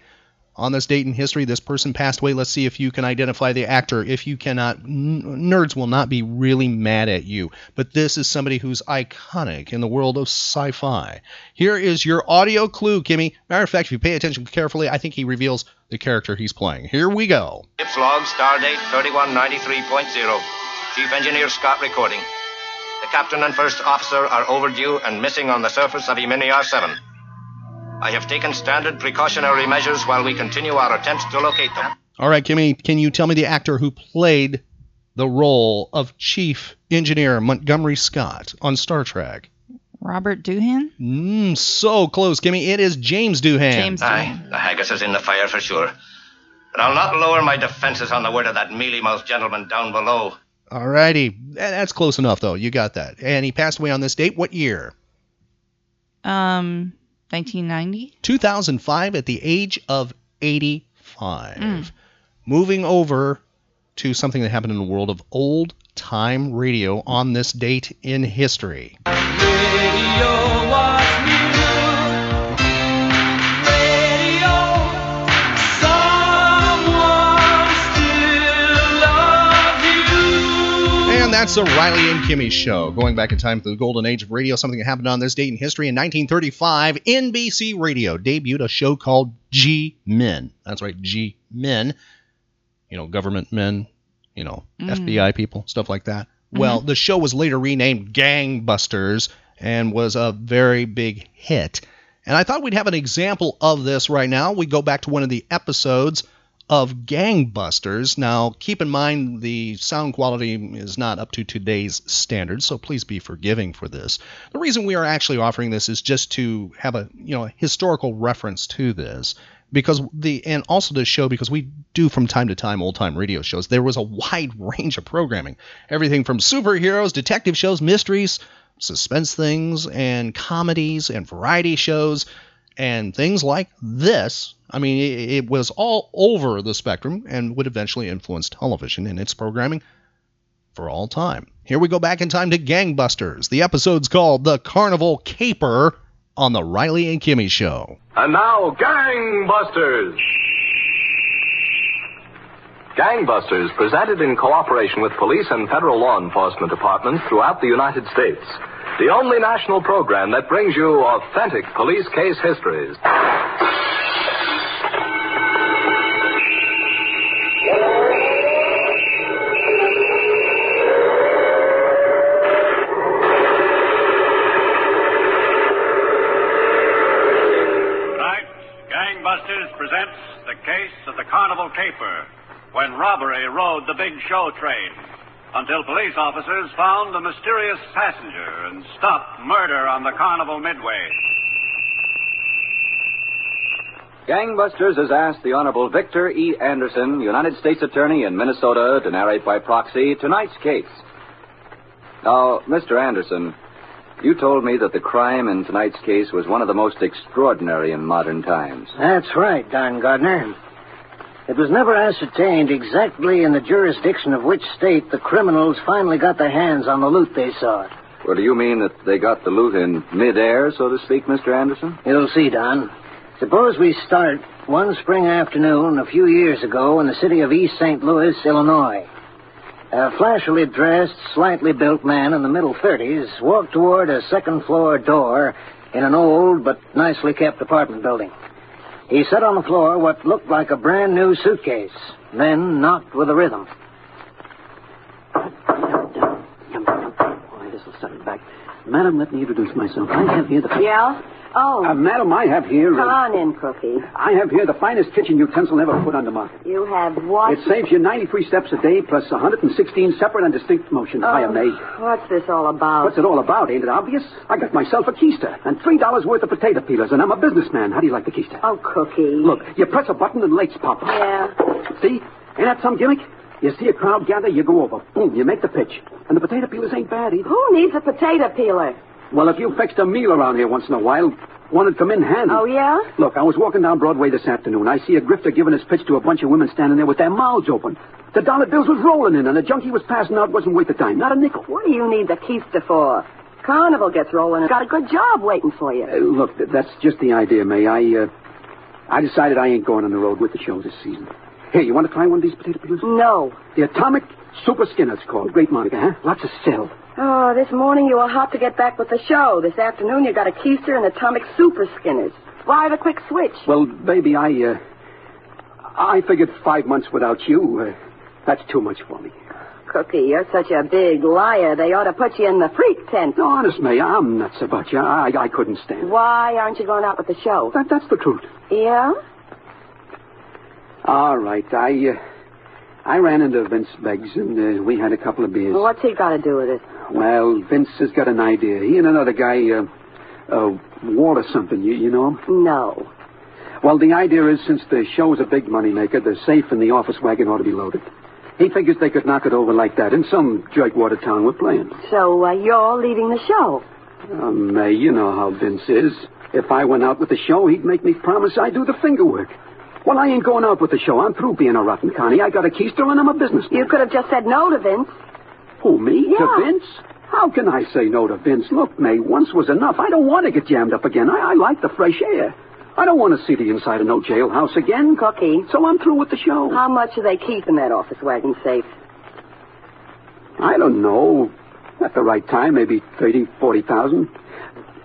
[SPEAKER 3] On this date in history, this person passed away. Let's see if you can identify the actor. If you cannot, n- nerds will not be really mad at you. But this is somebody who's iconic in the world of sci fi. Here is your audio clue, Kimmy. Matter of fact, if you pay attention carefully, I think he reveals the character he's playing. Here we go.
[SPEAKER 11] Ship's log, stardate 3193.0. Chief Engineer Scott recording. The captain and first officer are overdue and missing on the surface of Himiniar 7. I have taken standard precautionary measures while we continue our attempts to locate them.
[SPEAKER 3] All right, Kimmy, can you tell me the actor who played the role of Chief Engineer Montgomery Scott on Star Trek?
[SPEAKER 7] Robert Doohan?
[SPEAKER 3] Mm, so close, Kimmy. It is James Doohan.
[SPEAKER 7] James
[SPEAKER 11] Aye, the haggis is in the fire for sure. But I'll not lower my defenses on the word of that mealy mouthed gentleman down below.
[SPEAKER 3] Alrighty. That- That's close enough, though. You got that. And he passed away on this date. What year?
[SPEAKER 7] Um, 1990?
[SPEAKER 3] 2005 at the age of 85.
[SPEAKER 7] Mm.
[SPEAKER 3] Moving over to something that happened in the world of old time radio on this date in history. And that's the Riley and Kimmy Show, going back in time to the golden age of radio, something that happened on this date in history. In 1935, NBC Radio debuted a show called G Men. That's right, G Men. You know, government men, you know,
[SPEAKER 12] Mm.
[SPEAKER 3] FBI people, stuff like that. Well, the show was later renamed Gangbusters and was a very big hit. And I thought we'd have an example of this right now. We go back to one of the episodes of Gangbusters. Now, keep in mind the sound quality is not up to today's standards, so please be forgiving for this. The reason we are actually offering this is just to have a, you know, a historical reference to this because the and also this show because we do from time to time old time radio shows. There was a wide range of programming. Everything from superheroes, detective shows, mysteries, suspense things and comedies and variety shows and things like this. I mean, it, it was all over the spectrum and would eventually influence television and its programming for all time. Here we go back in time to Gangbusters. The episode's called The Carnival Caper on The Riley and Kimmy Show.
[SPEAKER 13] And now, Gangbusters! Gangbusters, presented in cooperation with police and federal law enforcement departments throughout the United States. The only national program that brings you authentic police case histories.
[SPEAKER 14] Tonight, Gangbusters presents the case of the Carnival Caper, when robbery rode the big show train until police officers found the mysterious passenger and stopped murder on the Carnival Midway.
[SPEAKER 13] Gangbusters has asked the Honorable Victor E. Anderson, United States Attorney in Minnesota, to narrate by proxy tonight's case. Now, Mr. Anderson, you told me that the crime in tonight's case was one of the most extraordinary in modern times.
[SPEAKER 15] That's right, Don Gardner. It was never ascertained exactly in the jurisdiction of which state the criminals finally got their hands on the loot they sought.
[SPEAKER 13] Well, do you mean that they got the loot in midair, so to speak, Mr. Anderson?
[SPEAKER 15] You'll see, Don. Suppose we start one spring afternoon a few years ago in the city of East St. Louis, Illinois. A flashily dressed, slightly built man in the middle 30s walked toward a second floor door in an old but nicely kept apartment building. He set on the floor what looked like a brand new suitcase, then knocked with a rhythm.
[SPEAKER 16] Why, this will set it back. Madam, let me introduce myself. I have here the.
[SPEAKER 17] Yeah? Oh.
[SPEAKER 16] Uh, madam, I have here.
[SPEAKER 17] Come
[SPEAKER 16] uh,
[SPEAKER 17] on in, Cookie.
[SPEAKER 16] I have here the finest kitchen utensil ever put on the market.
[SPEAKER 17] You have what?
[SPEAKER 16] It saves you 93 steps a day plus 116 separate and distinct motions I am made.
[SPEAKER 17] Oh, What's this all about?
[SPEAKER 16] What's it all about? Ain't it obvious? I got myself a keister and three dollars worth of potato peelers, and I'm a businessman. How do you like the keister?
[SPEAKER 17] Oh, Cookie.
[SPEAKER 16] Look, you press a button and lights pop up.
[SPEAKER 17] Yeah.
[SPEAKER 16] See? Ain't that some gimmick? You see a crowd gather, you go over. Boom, you make the pitch. And the potato peelers ain't bad either.
[SPEAKER 17] Who needs a potato peeler?
[SPEAKER 16] Well, if you fixed a meal around here once in a while, one would come in handy.
[SPEAKER 17] Oh, yeah?
[SPEAKER 16] Look, I was walking down Broadway this afternoon. I see a grifter giving his pitch to a bunch of women standing there with their mouths open. The dollar bills was rolling in, and the junkie was passing out wasn't worth a dime, not a nickel.
[SPEAKER 17] What do you need the keister for? Carnival gets rolling and got a good job waiting for you.
[SPEAKER 16] Uh, look, th- that's just the idea, May. I, uh, I decided I ain't going on the road with the show this season. Here, you want to try one of these potato peelers?
[SPEAKER 17] No.
[SPEAKER 16] The Atomic Super Skin, it's called. Great Monica, huh? Lots of sell.
[SPEAKER 17] Oh, this morning you were hot to get back with the show. This afternoon you got a keister and atomic super skinners. Why the quick switch?
[SPEAKER 16] Well, baby, I, uh, I figured five months without you, uh, that's too much for me.
[SPEAKER 17] Cookie, you're such a big liar. They ought to put you in the freak tent.
[SPEAKER 16] No, honest, May, I'm nuts about you. I, I couldn't stand it.
[SPEAKER 17] Why aren't you going out with the show?
[SPEAKER 16] That, that's the truth.
[SPEAKER 17] Yeah?
[SPEAKER 16] All right, I, uh, I ran into Vince Beggs, and uh, we had a couple of beers.
[SPEAKER 17] What's he got to do with it?
[SPEAKER 16] Well, Vince has got an idea. He and another guy, uh, uh, Walt or something. You, you know him?
[SPEAKER 17] No.
[SPEAKER 16] Well, the idea is since the show's a big moneymaker, the safe in the office wagon ought to be loaded. He figures they could knock it over like that in some jerkwater town we're playing.
[SPEAKER 17] So uh, you're leaving the show.
[SPEAKER 16] Oh, May, you know how Vince is. If I went out with the show, he'd make me promise I do the finger work. Well, I ain't going out with the show. I'm through being a rotten Connie. I got a keister and I'm a business.
[SPEAKER 17] You could have just said no to Vince.
[SPEAKER 16] Who, me?
[SPEAKER 17] Yeah.
[SPEAKER 16] To Vince? How can I say no to Vince? Look, May, once was enough. I don't want to get jammed up again. I, I like the fresh air. I don't want to see the inside of no jailhouse again.
[SPEAKER 17] Cookie.
[SPEAKER 16] So I'm through with the show.
[SPEAKER 17] How much do they keep in that office wagon safe?
[SPEAKER 16] I don't know. At the right time, maybe thirty, forty thousand.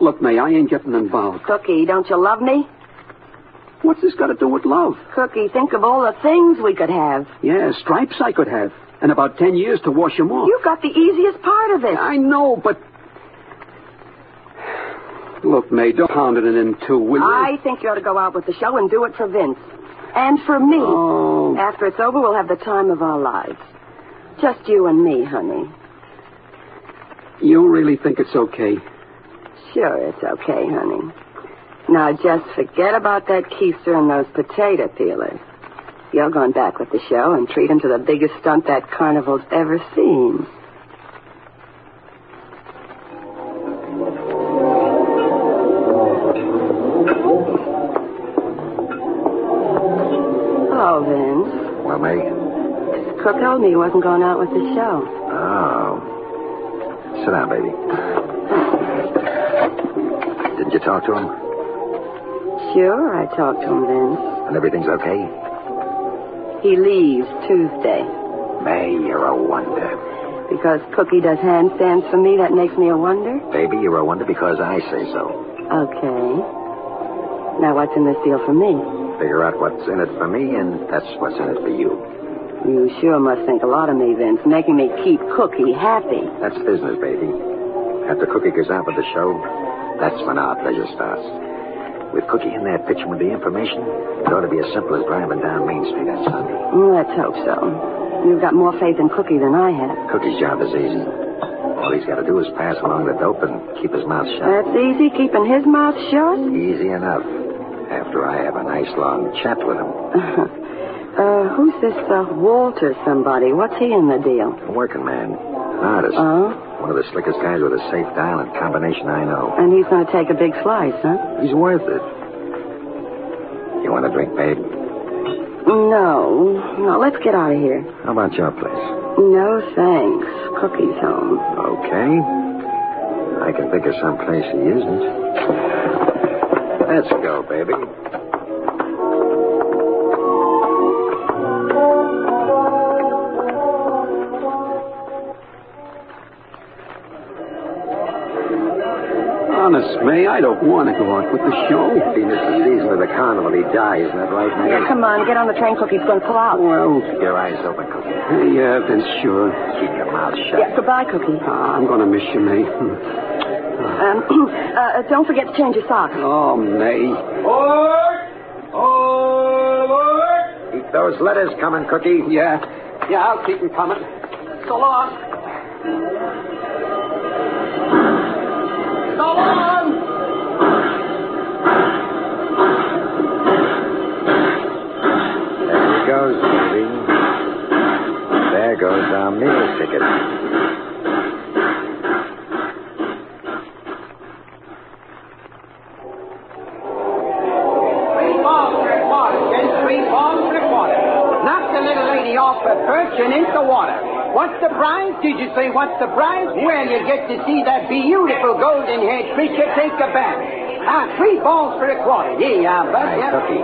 [SPEAKER 16] Look, May, I ain't getting involved.
[SPEAKER 17] Cookie, don't you love me?
[SPEAKER 16] What's this got to do with love?
[SPEAKER 17] Cookie, think of all the things we could have.
[SPEAKER 16] Yeah, stripes I could have. And about ten years to wash 'em off.
[SPEAKER 17] You got the easiest part of it.
[SPEAKER 16] I know, but. Look, May, don't pound it in too, will you?
[SPEAKER 17] I think you ought to go out with the show and do it for Vince. And for me.
[SPEAKER 16] Oh.
[SPEAKER 17] After it's over, we'll have the time of our lives. Just you and me, honey.
[SPEAKER 16] You really think it's okay?
[SPEAKER 17] Sure, it's okay, honey. Now, just forget about that keister and those potato peelers. You're going back with the show and treat him to the biggest stunt that carnival's ever seen. Hello, Oh, Vince.
[SPEAKER 10] Well, May?
[SPEAKER 17] Cook told me he wasn't going out with the show.
[SPEAKER 10] Oh. Sit down, baby. Didn't you talk to him?
[SPEAKER 17] Sure, I talked to him, Vince.
[SPEAKER 10] And everything's okay?
[SPEAKER 17] He leaves Tuesday.
[SPEAKER 10] May, you're a wonder.
[SPEAKER 17] Because Cookie does handstands for me, that makes me a wonder?
[SPEAKER 10] Baby, you're a wonder because I say so.
[SPEAKER 17] Okay. Now, what's in this deal for me?
[SPEAKER 10] Figure out what's in it for me, and that's what's in it for you.
[SPEAKER 17] You sure must think a lot of me, Vince, making me keep Cookie happy.
[SPEAKER 10] That's business, baby. After Cookie goes out with the show, that's when our pleasure starts. With Cookie in there pitching with the information, it ought to be as simple as driving down Main Street on Sunday.
[SPEAKER 17] Mm, Let's hope so. You've got more faith in Cookie than I have.
[SPEAKER 10] Cookie's job is easy. All he's got to do is pass along the dope and keep his mouth shut.
[SPEAKER 17] That's easy, keeping his mouth shut.
[SPEAKER 10] Easy enough. After I have a nice long chat with him.
[SPEAKER 17] Uh, who's this, uh, Walter somebody? What's he in the deal?
[SPEAKER 10] A working man. An artist.
[SPEAKER 17] Oh?
[SPEAKER 10] One of the slickest guys with a safe dial and combination I know.
[SPEAKER 17] And he's gonna take a big slice, huh?
[SPEAKER 10] He's worth it. You want a drink, babe?
[SPEAKER 17] No. No, let's get out of here.
[SPEAKER 10] How about your place?
[SPEAKER 17] No, thanks. Cookie's home.
[SPEAKER 10] Okay. I can think of some place he isn't. Let's go, baby.
[SPEAKER 16] Honest, May, I don't want to go out with the show.
[SPEAKER 10] He misses the season of the carnival. He dies, isn't that right, Mary?
[SPEAKER 17] Yeah, come on, get on the train. Cookie's gonna pull out.
[SPEAKER 16] Well,
[SPEAKER 10] Keep your eyes open, Cookie.
[SPEAKER 16] hey, yeah, Vince, sure.
[SPEAKER 10] Keep your mouth shut.
[SPEAKER 17] Yeah, goodbye, Cookie.
[SPEAKER 16] Ah, I'm going to miss you, May.
[SPEAKER 17] Um, uh, don't forget to change your socks.
[SPEAKER 16] Oh, May.
[SPEAKER 10] Keep those letters coming, Cookie.
[SPEAKER 16] Yeah. Yeah, I'll keep him coming. So long.
[SPEAKER 10] There he goes, baby. There goes our meal ticket.
[SPEAKER 5] Three bombs reported, Vince. Three bombs reported. Knock the little lady off her perch and into water. What's the prize? Did you say what's the prize? Well, you get to see that beautiful golden-haired creature take a bath. Ah, three balls for a quarter. Yeah, yeah, but...
[SPEAKER 10] Hey,
[SPEAKER 5] yeah.
[SPEAKER 10] Cookie.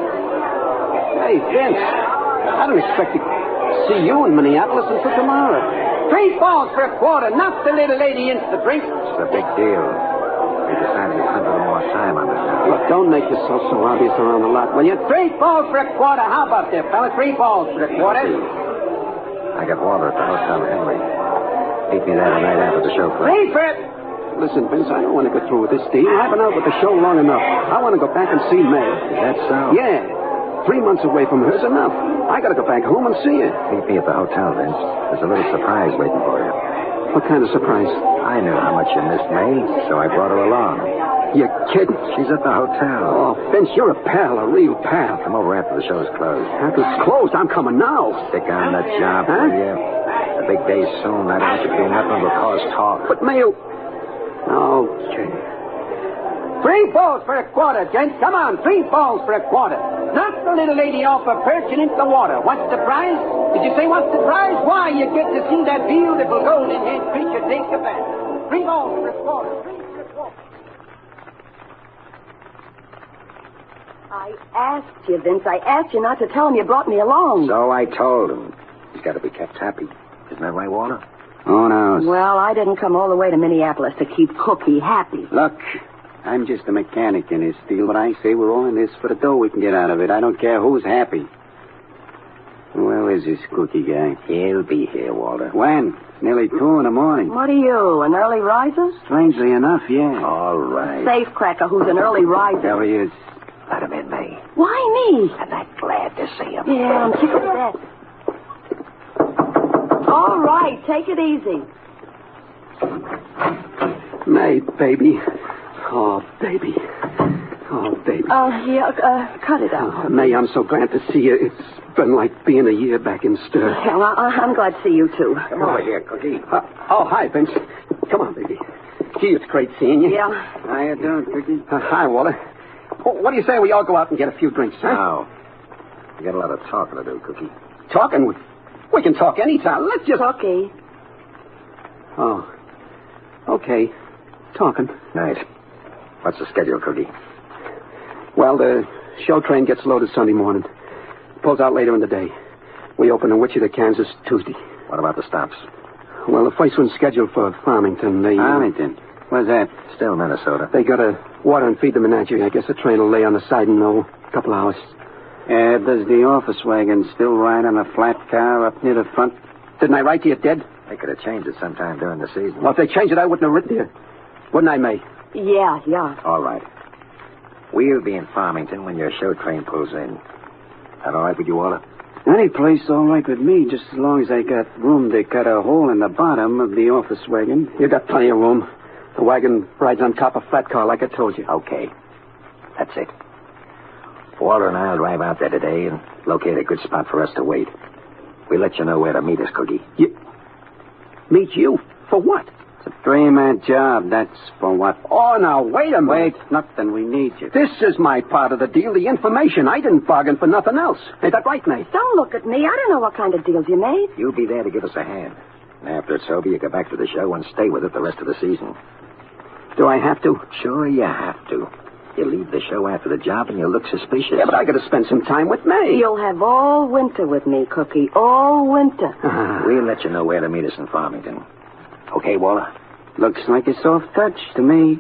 [SPEAKER 16] Hey, Vince. I don't expect to see
[SPEAKER 5] Oh,
[SPEAKER 16] you in Minneapolis until tomorrow.
[SPEAKER 5] Three balls for a quarter. Knock the little lady into the drink.
[SPEAKER 10] It's a big deal. We decided to spend a little more time on this now.
[SPEAKER 16] Look, don't make yourself so obvious around the lot, will you?
[SPEAKER 5] Three balls for a quarter. How about that, fella? Three balls for a quarter.
[SPEAKER 10] I got Walter at the Hotel Henry. Meet me there tonight after the show club.
[SPEAKER 5] Three for it.
[SPEAKER 16] Listen, Vince, I don't want to go through with this deal. I've been out with the show long enough. I want to go back and see May.
[SPEAKER 10] Is that so?
[SPEAKER 16] Yeah. Three months away from her's enough. I got to go back home and see her.
[SPEAKER 10] Meet me at the hotel, Vince. There's a little surprise waiting for you.
[SPEAKER 16] What kind of surprise?
[SPEAKER 12] I knew how much you missed me, so I brought her along.
[SPEAKER 16] You're kidding.
[SPEAKER 12] She's at the hotel.
[SPEAKER 16] Oh, Vince, you're a pal, a real pal.
[SPEAKER 12] Come over after the show's closed.
[SPEAKER 16] After it's closed, I'm coming now.
[SPEAKER 12] Stick on that job, will you? The big day's soon. I don't want you to do nothing but cause talk.
[SPEAKER 16] But Mayo. Okay.
[SPEAKER 5] Three balls for a quarter, gents. Come on, three balls for a quarter. Knock the little lady off her perch and into the water. What's the prize? Did you say what's the prize? Why, you get to see that beautiful golden-haired creature take a bath. Three balls for a quarter. Three for a quarter.
[SPEAKER 17] I asked you, Vince. I asked you not to tell him you brought me along.
[SPEAKER 12] So I told him. He's got to be kept happy. Isn't that right, Walter?
[SPEAKER 16] Oh, no.
[SPEAKER 17] Well, I didn't come all the way to Minneapolis to keep Cookie happy.
[SPEAKER 16] Look, I'm just a mechanic in his steel, but I say we're all in this for the dough we can get out of it. I don't care who's happy. Where is this cookie guy?
[SPEAKER 12] He'll be here, Walter.
[SPEAKER 16] When? It's nearly two in the morning.
[SPEAKER 17] What are you, an early riser?
[SPEAKER 16] Strangely enough, yeah.
[SPEAKER 12] All right.
[SPEAKER 17] Safecracker who's an early riser.
[SPEAKER 16] There he is.
[SPEAKER 12] Let him in, May.
[SPEAKER 17] Why me?
[SPEAKER 12] I'm not glad to see him.
[SPEAKER 17] Yeah, I'm sick of that. All right, take it easy.
[SPEAKER 16] May, baby. Oh, baby. Oh, baby.
[SPEAKER 17] Uh, yeah, uh, cut it out.
[SPEAKER 16] Oh, May, I'm so glad to see you. It's been like being a year back in stir.
[SPEAKER 17] Well, I, I- I'm glad to see you, too.
[SPEAKER 12] Come over here, Cookie.
[SPEAKER 16] Uh, oh, hi, Vince. Come on, baby. Gee, it's great seeing you.
[SPEAKER 17] Yeah.
[SPEAKER 16] How you doing, Cookie? Uh, hi, Walter. Oh, what do you say we all go out and get a few drinks, huh?
[SPEAKER 12] Now, you got a lot of talking to do, Cookie.
[SPEAKER 16] Talking? We, we can talk anytime. Let's just...
[SPEAKER 17] Cookie.
[SPEAKER 16] Oh. Okay. Talking.
[SPEAKER 12] Nice. What's the schedule, Cookie?
[SPEAKER 16] Well, the show train gets loaded Sunday morning. Pulls out later in the day. We open in Wichita, Kansas, Tuesday.
[SPEAKER 12] What about the stops?
[SPEAKER 16] Well, the first one's scheduled for Farmington. They, uh,
[SPEAKER 12] Arlington.
[SPEAKER 16] Where's that?
[SPEAKER 12] Still Minnesota.
[SPEAKER 16] They gotta water and feed the menagerie. I guess the train will lay on the side in oh, a couple of hours.
[SPEAKER 13] Uh, does the office wagon still ride on a flat car up near the front?
[SPEAKER 16] Didn't I write to you dead?
[SPEAKER 12] They could have changed it sometime during the season.
[SPEAKER 16] Well, if they changed it, I wouldn't have written to you. Wouldn't I, May?
[SPEAKER 17] Yeah, yeah.
[SPEAKER 12] All right. We'll be in Farmington when your show train pulls in. That all right with you, Walter?
[SPEAKER 13] Any place all right with me, just as long as I got room to cut a hole in the bottom of the office wagon.
[SPEAKER 16] You got plenty of room. The wagon rides on top of flat car, like I told you.
[SPEAKER 12] Okay. That's it. Walter and I'll drive out there today and locate a good spot for us to wait. We'll let you know where to meet us, Cookie.
[SPEAKER 16] You... Meet you? For what?
[SPEAKER 13] It's a three-man job, that's for what?
[SPEAKER 16] Oh, now, wait a minute.
[SPEAKER 13] Wait, nothing, we need you.
[SPEAKER 16] This is my part of the deal, the information. I didn't bargain for nothing else. Ain't that right, mate?
[SPEAKER 17] Don't look at me. I don't know what kind of deals you made.
[SPEAKER 12] You'll be there to give us a hand. And after it's over, you go back to the show and stay with it the rest of the season.
[SPEAKER 16] Do I have to?
[SPEAKER 12] Sure, you have to. You leave the show after the job and you look suspicious.
[SPEAKER 16] Yeah, but I gotta spend some time with May.
[SPEAKER 17] You'll have all winter with me, Cookie. All winter.
[SPEAKER 16] Ah,
[SPEAKER 12] We'll let you know where to meet us in Farmington. Okay, Walter?
[SPEAKER 13] Looks like a soft touch to me.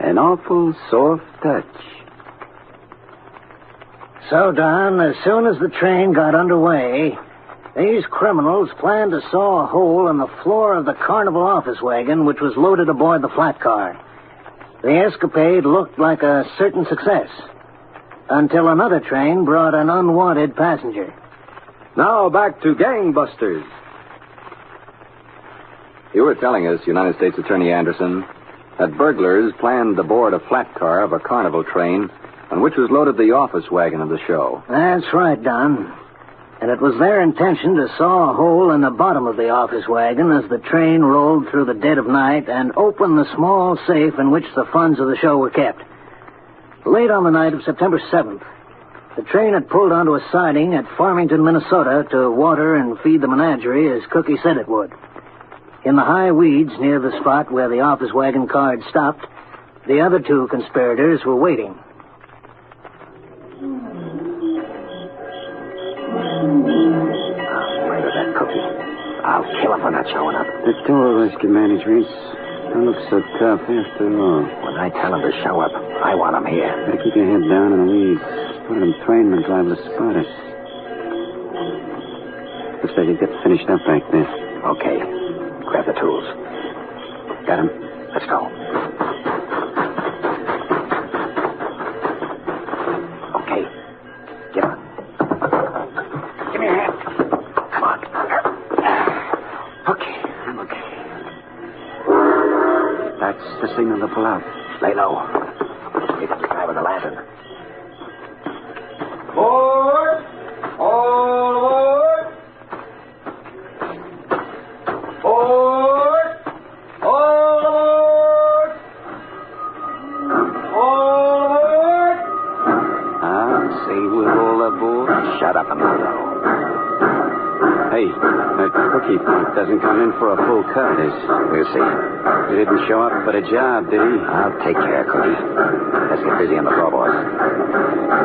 [SPEAKER 13] An awful soft touch.
[SPEAKER 15] So, Don, as soon as the train got underway, these criminals planned to saw a hole in the floor of the carnival office wagon which was loaded aboard the flat car. The escapade looked like a certain success until another train brought an unwanted passenger.
[SPEAKER 13] Now back to gangbusters.
[SPEAKER 16] You were telling us, United States Attorney Anderson, that burglars planned to board a flat car of a carnival train on which was loaded the office wagon of the show.
[SPEAKER 15] That's right, Don. And it was their intention to saw a hole in the bottom of the office wagon as the train rolled through the dead of night and open the small safe in which the funds of the show were kept. Late on the night of September 7th, the train had pulled onto a siding at Farmington, Minnesota to water and feed the menagerie as Cookie said it would. In the high weeds near the spot where the office wagon car had stopped, the other two conspirators were waiting.
[SPEAKER 12] I'll murder Ah, that cookie. I'll kill him for not showing up.
[SPEAKER 13] The two of us can manage, Vince. Don't look so tough after all.
[SPEAKER 12] When I tell him to show up, I want him here.
[SPEAKER 13] Better keep your head down in the weeds. One of them trainmen's liable to spot us. Looks like you get finished up back there.
[SPEAKER 12] Okay. Grab the tools. Got him? Let's go. Okay. Give her. Give me a hand. Come on. Okay. I'm okay.
[SPEAKER 16] That's the signal to pull out.
[SPEAKER 13] Lay low. See if the guy with the lantern.
[SPEAKER 10] Board! All aboard! Board! All aboard! All aboard!
[SPEAKER 16] Ah, say we're all aboard.
[SPEAKER 13] Shut up and lay low.
[SPEAKER 16] Hey, that cookie point doesn't come in for a full cut. Is
[SPEAKER 13] We'll see.
[SPEAKER 16] he didn't show up for the job, did he?
[SPEAKER 13] I'll take care, Cookie. Let's get busy on the floorboards.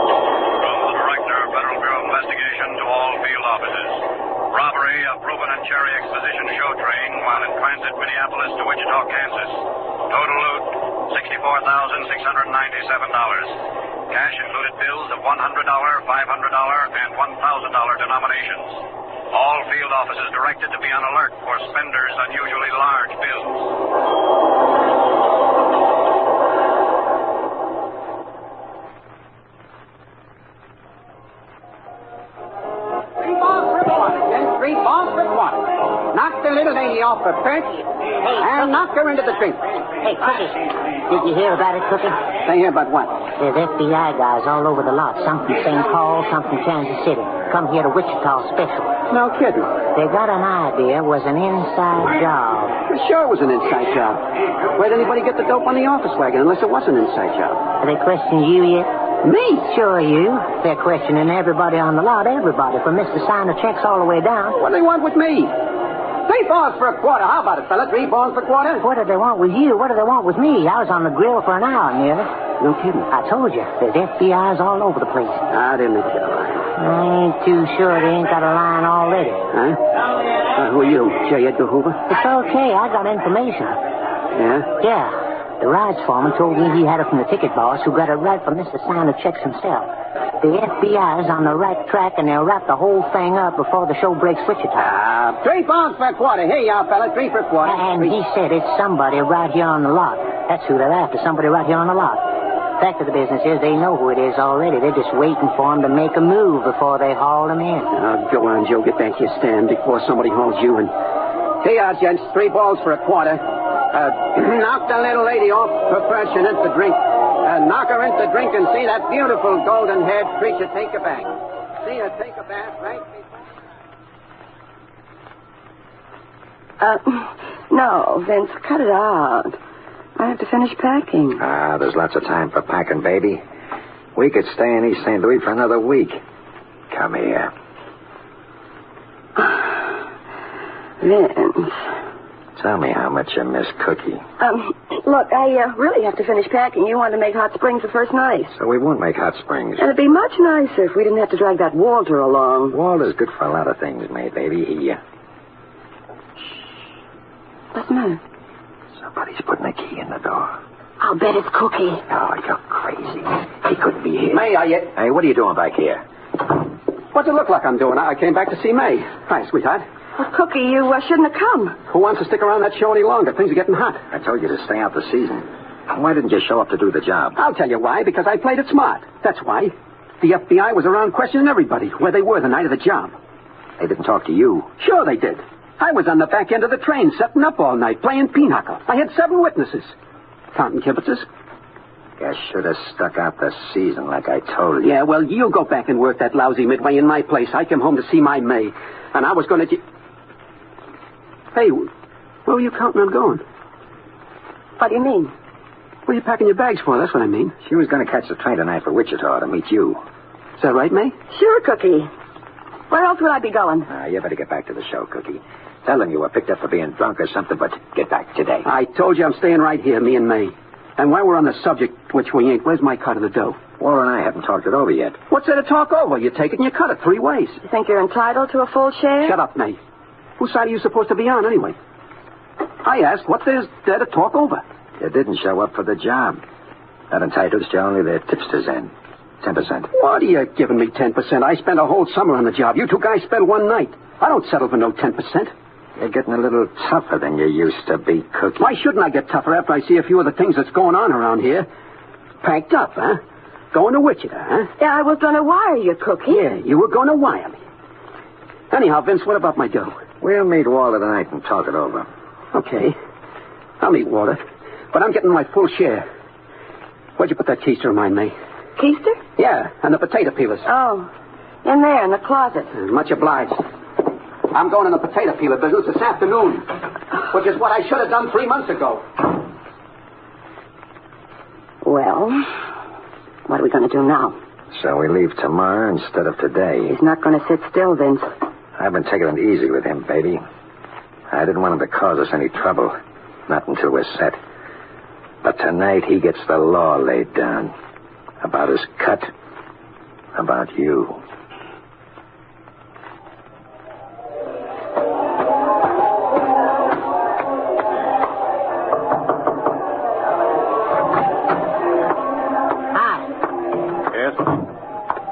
[SPEAKER 18] Director of Federal Bureau of Investigation to all field offices. Robbery of Reuben and Cherry Exposition show train while in transit Minneapolis to Wichita, Kansas. Total loot $64,697. Cash included bills of $100, $500, and $1,000 denominations. All field offices directed to be on alert for spenders' unusually large bills.
[SPEAKER 10] Three balls for quarter, then three balls for quarter. Knock the little lady off her perch and knock her into the drink.
[SPEAKER 5] Hey, Cookie. Did you hear about it, Cookie?
[SPEAKER 10] Say here about what?
[SPEAKER 5] There's FBI guys all over the lot. Some from St. Paul, some from Kansas City. Come here to Wichita special.
[SPEAKER 16] No kidding.
[SPEAKER 5] They got an idea it was an inside job.
[SPEAKER 16] Sure it was an inside job. Where'd anybody get the dope on the office wagon unless it was an inside job?
[SPEAKER 5] Have they questioned you yet? Me? Sure, you. They're questioning everybody on the lot, everybody, from Mr. Signer checks all the way down.
[SPEAKER 16] What do they want with me?
[SPEAKER 10] Three balls for a quarter. How about it, fella? Three balls for a quarter?
[SPEAKER 5] What do they want with you? What do they want with me? I was on the grill for an hour nearly.
[SPEAKER 16] No kidding.
[SPEAKER 5] I told you, there's FBI's all over the place.
[SPEAKER 16] I didn't kill.
[SPEAKER 5] I ain't too sure they ain't got a line already.
[SPEAKER 16] Huh? Uh, who are you? J. Edgar Hoover?
[SPEAKER 5] It's okay. I got information.
[SPEAKER 16] Yeah?
[SPEAKER 5] Yeah. The rides foreman told me he had it from the ticket boss who got it right from Mr. Signer Checks himself. The FBI's on the right track and they'll wrap the whole thing up before the show breaks Wichita.
[SPEAKER 15] Ah.
[SPEAKER 10] Uh, three balls for a quarter. Here you are, fella. Three for a quarter.
[SPEAKER 5] And he said it's somebody right here on the lot. That's who they're after, somebody right here on the lot. Fact of the business is they know who it is already. They're just waiting for him to make a move before they haul him in.
[SPEAKER 16] Now, go on, Joe. Get back to your stand before somebody hauls you in.
[SPEAKER 10] Here you are, gents. Three balls for a quarter. Uh, knock the little lady off her perch and into drink. Uh, knock her into drink and see that beautiful golden-haired creature take a bath. See her take a bath right before...
[SPEAKER 17] Uh, no, Vince, cut it out. I have to finish packing.
[SPEAKER 13] Ah, there's lots of time for packing, baby. We could stay in East St. Louis for another week. Come here.
[SPEAKER 17] Vince.
[SPEAKER 13] Tell me how much you miss Cookie.
[SPEAKER 17] Um, look, I uh, really have to finish packing. You wanted to make hot springs the first night.
[SPEAKER 13] So we won't make hot springs.
[SPEAKER 17] And it'd be much nicer if we didn't have to drag that Walter along.
[SPEAKER 13] Walter's good for a lot of things, my baby. He, uh,
[SPEAKER 17] What's the matter?
[SPEAKER 13] somebody's putting a key in the door.
[SPEAKER 17] I'll bet it's Cookie.
[SPEAKER 13] Oh, you're crazy. He couldn't be here.
[SPEAKER 16] May, are you?
[SPEAKER 13] Hey, what are you doing back here?
[SPEAKER 16] What's it look like I'm doing? I I came back to see May. Hi, sweetheart.
[SPEAKER 17] Well, Cookie, you uh, shouldn't have come.
[SPEAKER 16] Who wants to stick around that show any longer? Things are getting hot.
[SPEAKER 13] I told you to stay out the season. Why didn't you show up to do the job?
[SPEAKER 16] I'll tell you why. Because I played it smart. That's why. The FBI was around questioning everybody where they were the night of the job.
[SPEAKER 13] They didn't talk to you.
[SPEAKER 16] Sure they did. I was on the back end of the train setting up all night playing pinochle. I had seven witnesses. Fountain kibitzes.
[SPEAKER 13] You should have stuck out the season like I told you.
[SPEAKER 16] Oh, Yeah, well, you go back and work that lousy midway in my place. I came home to see my May, and I was going to. Hey, where were you counting on going?
[SPEAKER 17] What do you mean?
[SPEAKER 16] What are you packing your bags for? That's what I mean.
[SPEAKER 13] She was going to catch the train tonight for Wichita to meet you.
[SPEAKER 16] Is that right, May?
[SPEAKER 17] Sure, Cookie. Where else would I be going?
[SPEAKER 13] Ah, you better get back to the show, Cookie. Tell them you were picked up for being drunk or something, but get back today.
[SPEAKER 16] I told you I'm staying right here, me and May. And while we're on the subject, which we ain't, where's my cut of the dough?
[SPEAKER 13] Warren and I haven't talked it over yet.
[SPEAKER 16] What's there to talk over? You take it and you cut it three ways.
[SPEAKER 17] You think you're entitled to a full share?
[SPEAKER 16] Shut up, May. Whose side are you supposed to be on, anyway? I asked, what there's there to talk over?
[SPEAKER 13] You didn't show up for the job. That entitles you only the tipsters in. Ten percent.
[SPEAKER 16] What are you giving me 10%? I spent a whole summer on the job. You two guys spent one night. I don't settle for no 10%.
[SPEAKER 13] You're getting a little tougher than you used to be, Cookie.
[SPEAKER 16] Why shouldn't I get tougher after I see a few of the things that's going on around here? Packed up, huh? Going to Wichita, huh?
[SPEAKER 17] Yeah, I was going to wire you, Cookie.
[SPEAKER 16] Yeah, you were going to wire me. Anyhow, Vince, what about my dough?
[SPEAKER 12] We'll meet Walter tonight and talk it over.
[SPEAKER 16] Okay. I'll meet Walter. But I'm getting my full share. Where'd you put that keister of mine, May?
[SPEAKER 17] Keister?
[SPEAKER 16] Yeah, and the potato peelers. Uh,
[SPEAKER 17] Oh, in there, in the closet.
[SPEAKER 16] Much obliged. I'm going in the potato peeler business this afternoon, which is what I should have done three months ago.
[SPEAKER 17] Well, what are we going to do now?
[SPEAKER 12] So we leave tomorrow instead of today.
[SPEAKER 17] He's not going to sit still, Vince.
[SPEAKER 12] I've been taking it easy with him, baby. I didn't want him to cause us any trouble. Not until we're set. But tonight he gets the law laid down. About his cut. About you.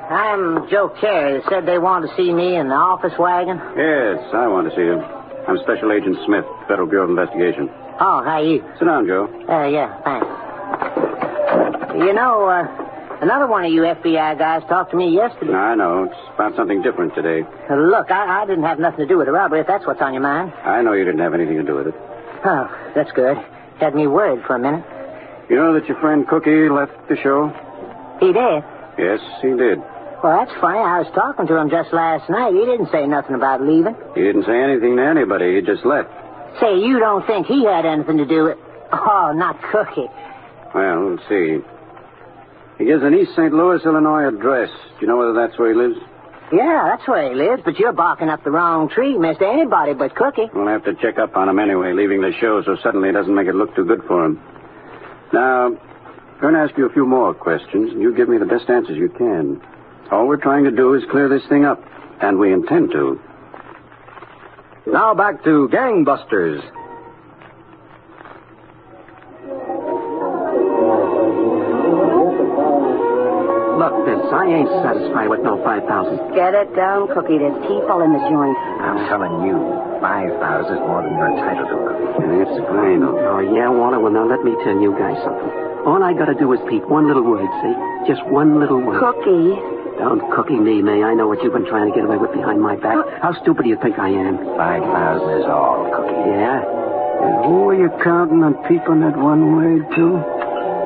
[SPEAKER 15] I'm Joe Carey. They said they wanted to see me in the office wagon.
[SPEAKER 18] Yes, I want to see you. I'm Special Agent Smith, Federal Bureau of Investigation.
[SPEAKER 15] Oh, how you?
[SPEAKER 18] Sit down, Joe.
[SPEAKER 15] Uh, yeah, thanks. You know, uh, another one of you FBI guys talked to me yesterday.
[SPEAKER 18] I know. It's about something different today.
[SPEAKER 15] Uh, Look, I, I didn't have nothing to do with the robbery, if that's what's on your mind.
[SPEAKER 18] I know you didn't have anything to do with it.
[SPEAKER 15] Oh, that's good. Had me worried for a minute.
[SPEAKER 18] You know that your friend Cookie left the show?
[SPEAKER 15] He did.
[SPEAKER 18] Yes, he did.
[SPEAKER 15] Well, that's funny. I was talking to him just last night. He didn't say nothing about leaving.
[SPEAKER 18] He didn't say anything to anybody. He just left.
[SPEAKER 15] Say, you don't think he had anything to do with... Oh, not Cookie.
[SPEAKER 18] Well, let's see. He gives an East St. Louis, Illinois address. Do you know whether that's where he lives?
[SPEAKER 15] Yeah, that's where he lives, but you're barking up the wrong tree, mister. Anybody but Cookie.
[SPEAKER 18] We'll have to check up on him anyway, leaving the show so suddenly it doesn't make it look too good for him. Now, I'm going to ask you a few more questions, and you give me the best answers you can. All we're trying to do is clear this thing up, and we intend to.
[SPEAKER 13] Now back to Gangbusters. Look, Vince, I ain't satisfied with no 5,000.
[SPEAKER 17] Get it down, Cookie. There's people in the joint.
[SPEAKER 12] I'm telling you, 5,000 is more than you're entitled to.
[SPEAKER 13] That's fine. Oh, yeah, Walter, well, now let me tell you guys something. All I gotta do is peep one little word, see? Just one little word.
[SPEAKER 17] Cookie.
[SPEAKER 13] Don't cookie me, May. I know what you've been trying to get away with behind my back. How stupid do you think I am?
[SPEAKER 12] 5,000 is all, Cookie.
[SPEAKER 13] Yeah? And who are you counting on peeping that one word to?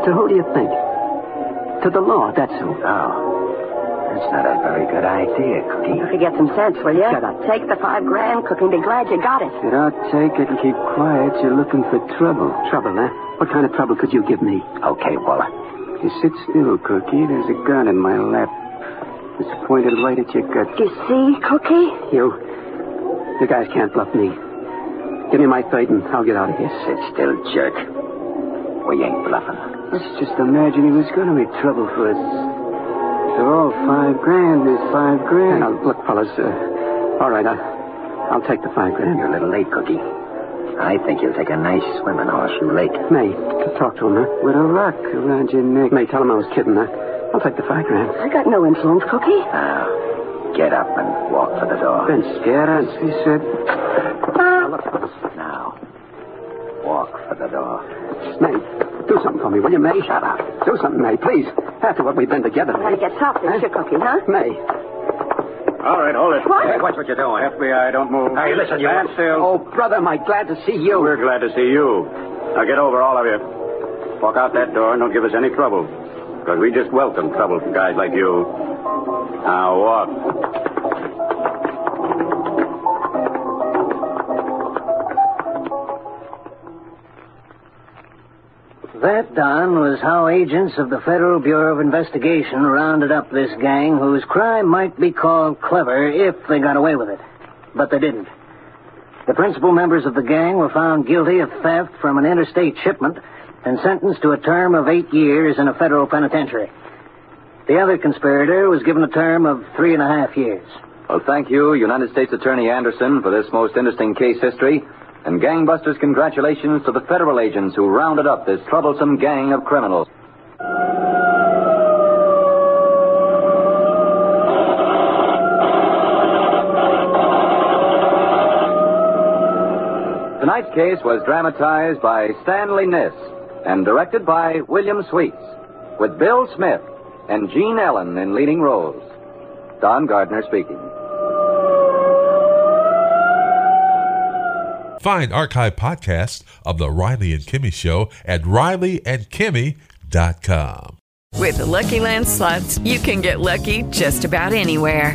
[SPEAKER 13] To who do you think? To the law, that's who.
[SPEAKER 12] Oh. That's not a very good idea, Cookie.
[SPEAKER 17] Cookie, get some sense, will you?
[SPEAKER 13] Shut up.
[SPEAKER 17] Take the five grand, Cookie, and be glad you got it.
[SPEAKER 13] You don't take it and keep quiet. You're looking for trouble. Trouble, huh? What kind of trouble could you give me?
[SPEAKER 12] Okay, Waller.
[SPEAKER 13] You sit still, Cookie. There's a gun in my lap. It's pointed right at your gut.
[SPEAKER 17] You see, Cookie?
[SPEAKER 13] You. You guys can't bluff me. Give me my plate and I'll get out of here.
[SPEAKER 12] Sit still, jerk. We ain't bluffing.
[SPEAKER 13] Let's just imagine he was going to be trouble for us. They're all five grand. There's five grand. Now, look, fellas. Uh, all right, I'll, I'll take the five grand.
[SPEAKER 12] You're a little late, Cookie. I think you'll take a nice swim in Horseshoe Lake.
[SPEAKER 13] May, talk to him, huh? With a rock around your neck. May, tell him I was kidding, huh? I'll take the five grand.
[SPEAKER 17] I got no influence, Cookie.
[SPEAKER 12] Now, get up and walk for the door.
[SPEAKER 13] Vince, get us, he said. Now, look, fellas.
[SPEAKER 12] Now, walk for the door.
[SPEAKER 13] May, do something for me, will you, May? Shut up. Do something, May, please. After what we've been together,
[SPEAKER 17] Want
[SPEAKER 13] May.
[SPEAKER 17] to get tough, did you, Cookie, huh?
[SPEAKER 13] May.
[SPEAKER 18] All right, hold it.
[SPEAKER 17] What?
[SPEAKER 12] Hey, watch what you're doing.
[SPEAKER 18] FBI, don't move.
[SPEAKER 12] Hey, listen, you-
[SPEAKER 18] Stand still.
[SPEAKER 13] Oh, brother, am I glad to see you.
[SPEAKER 18] We're glad to see you. Now get over, all of you. Walk out that door and don't give us any trouble. Because we just welcome trouble from guys like you. Now walk.
[SPEAKER 15] That, Don, was how agents of the Federal Bureau of Investigation rounded up this gang whose crime might be called clever if they got away with it. But they didn't. The principal members of the gang were found guilty of theft from an interstate shipment and sentenced to a term of eight years in a federal penitentiary. The other conspirator was given a term of three and a half years.
[SPEAKER 13] Well, thank you, United States Attorney Anderson, for this most interesting case history. And gangbusters, congratulations to the federal agents who rounded up this troublesome gang of criminals. Tonight's case was dramatized by Stanley Niss and directed by William Sweets, with Bill Smith and Gene Ellen in leading roles. Don Gardner speaking.
[SPEAKER 1] Find archive podcasts of the Riley and Kimmy Show at RileyandKimmy.com.
[SPEAKER 19] With the Lucky Land slots, you can get lucky just about anywhere.